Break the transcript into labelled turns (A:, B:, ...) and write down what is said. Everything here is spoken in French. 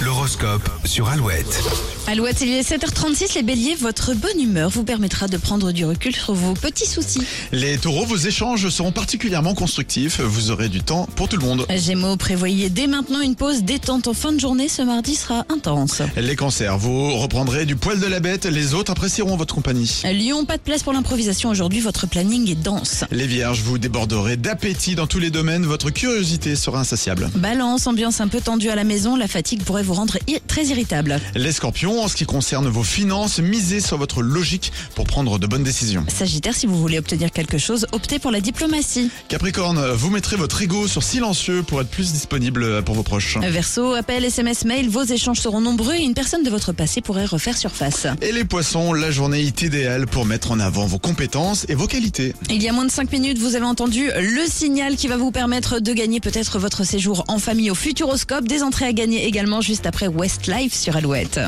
A: L'horoscope sur Alouette.
B: Alouette, il est 7h36, les béliers, votre bonne humeur vous permettra de prendre du recul sur vos petits soucis.
C: Les taureaux, vos échanges seront particulièrement constructifs. Vous aurez du temps pour tout le monde.
B: Gémeaux, prévoyez dès maintenant une pause détente en fin de journée, ce mardi sera intense.
C: Les cancers, vous reprendrez du poil de la bête. Les autres apprécieront votre compagnie.
B: Lyon, pas de place pour l'improvisation aujourd'hui, votre planning est dense.
C: Les vierges, vous déborderez d'appétit dans tous les domaines. Votre curiosité sera insatiable.
B: Balance, ambiance un peu tendue à la maison, la fatigue pourrait vous rendre i- très irritable.
C: Les scorpions, en ce qui concerne vos finances, misez sur votre logique pour prendre de bonnes décisions.
B: Sagittaire, si vous voulez obtenir quelque chose, optez pour la diplomatie.
C: Capricorne, vous mettrez votre ego sur silencieux pour être plus disponible pour vos proches.
B: Verseau, appel, SMS, mail, vos échanges seront nombreux et une personne de votre passé pourrait refaire surface.
C: Et les poissons, la journée est idéale pour mettre en avant vos compétences et vos qualités.
B: Il y a moins de 5 minutes, vous avez entendu le signal qui va vous permettre de gagner peut-être votre séjour en famille au Futuroscope. Des entrées à gagner également juste après Westlife sur Alouette.